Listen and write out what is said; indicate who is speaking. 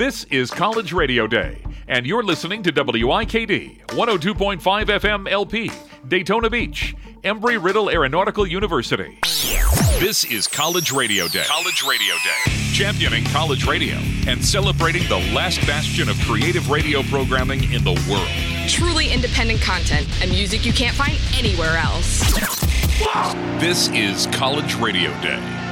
Speaker 1: This is College Radio Day, and you're listening to WIKD 102.5 FM LP, Daytona Beach, Embry Riddle Aeronautical University. This is College Radio Day. College Radio Day. Championing college radio and celebrating the last bastion of creative radio programming in the world.
Speaker 2: Truly independent content and music you can't find anywhere else.
Speaker 1: This is College Radio Day.